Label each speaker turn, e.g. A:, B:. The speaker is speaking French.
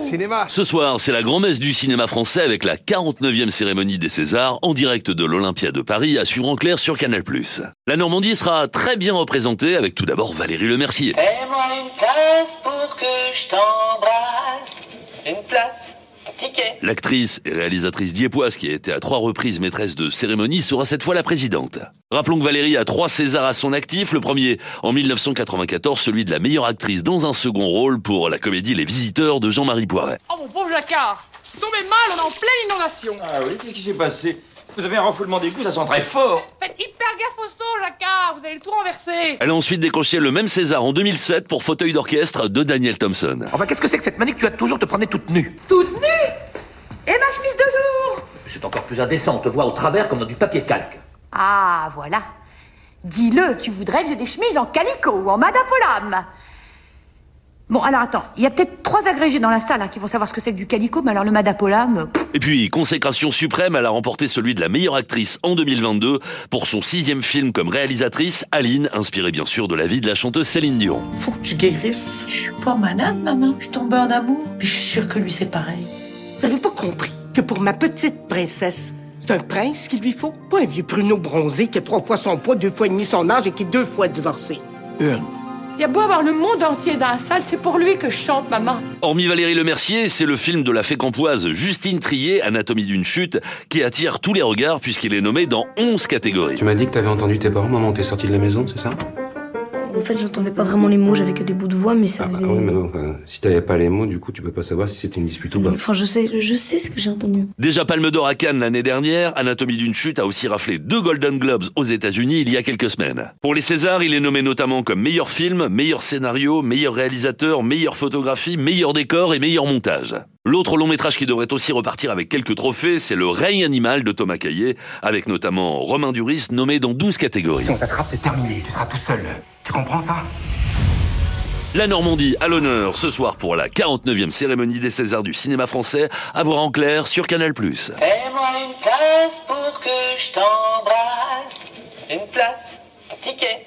A: Cinéma.
B: Ce soir, c'est la grand-messe du cinéma français avec la 49e cérémonie des Césars en direct de l'Olympia de Paris à suivre en clair sur Canal+. La Normandie sera très bien représentée avec tout d'abord Valérie Lemercier.
C: Fais-moi une place pour que je t'embrasse. Une place, ticket.
B: L'actrice et réalisatrice Diepoise, qui a été à trois reprises maîtresse de cérémonie, sera cette fois la présidente. Rappelons que Valérie a trois Césars à son actif. Le premier en 1994, celui de la meilleure actrice dans un second rôle pour la comédie Les Visiteurs de Jean-Marie Poiret.
D: Oh mon pauvre Jacquard Tombez mal, on est en pleine inondation
E: Ah oui, qu'est-ce qui s'est passé Vous avez un renfoulement d'égout, ça sent très fort
D: Faites hyper gaffe au saut, Jacquard Vous allez le tout renverser
B: Elle a ensuite décroché le même César en 2007 pour Fauteuil d'orchestre de Daniel Thompson.
F: Enfin, qu'est-ce que c'est que cette manie que tu as de toujours te promener toute nue
G: Toute nue Et ma chemise de jour
F: C'est encore plus indécent, on te voit au travers comme dans du papier calque.
G: Ah, voilà. Dis-le, tu voudrais que j'ai des chemises en calico ou en madapolam Bon, alors attends, il y a peut-être trois agrégés dans la salle hein, qui vont savoir ce que c'est que du calico, mais alors le madapolam, pff,
B: Et puis, consécration suprême, elle a remporté celui de la meilleure actrice en 2022 pour son sixième film comme réalisatrice, Aline, inspiré bien sûr de la vie de la chanteuse Céline Dion.
H: Faut que tu guérisses.
I: Je suis pas malade, maman. Je tombe en amour. Puis je suis sûre que lui, c'est pareil.
H: Vous avez pas compris que pour ma petite princesse, c'est un prince qu'il lui faut? Pas un vieux pruneau bronzé qui a trois fois son poids, deux fois et demi son âge et qui est deux fois divorcé.
F: Une.
D: Il y a beau avoir le monde entier dans la salle, c'est pour lui que je chante, maman
B: Hormis Valérie Lemercier, c'est le film de la fée campoise Justine Trier, Anatomie d'une chute, qui attire tous les regards puisqu'il est nommé dans 11 catégories.
J: Tu m'as dit que t'avais entendu tes parents au moment où t'es sorti de la maison, c'est ça
K: En fait, j'entendais pas vraiment les mots, j'avais que des bouts de voix, mais ça
J: Ah bah
K: faisait.
J: oui, mais bon, enfin, si t'avais pas les mots, du coup, tu peux pas savoir si c'était une dispute ou pas.
K: Enfin, je sais, je sais ce que j'ai entendu.
B: Déjà Palme d'Or à Cannes l'année dernière, Anatomie d'une chute a aussi raflé deux Golden Globes aux États-Unis il y a quelques semaines. Pour les Césars, il est nommé notamment comme meilleur film, meilleur scénario, meilleur réalisateur, meilleure photographie, meilleur décor et meilleur montage. L'autre long métrage qui devrait aussi repartir avec quelques trophées, c'est Le règne animal de Thomas Caillet, avec notamment Romain Duris nommé dans 12 catégories.
L: t'attrape, c'est terminé. Tu seras tout seul. Tu comprends ça
B: La Normandie à l'honneur ce soir pour la 49e cérémonie des Césars du cinéma français, à voir en clair sur Canal+.
C: Fais-moi une place pour que je t'embrasse. Une place, ticket.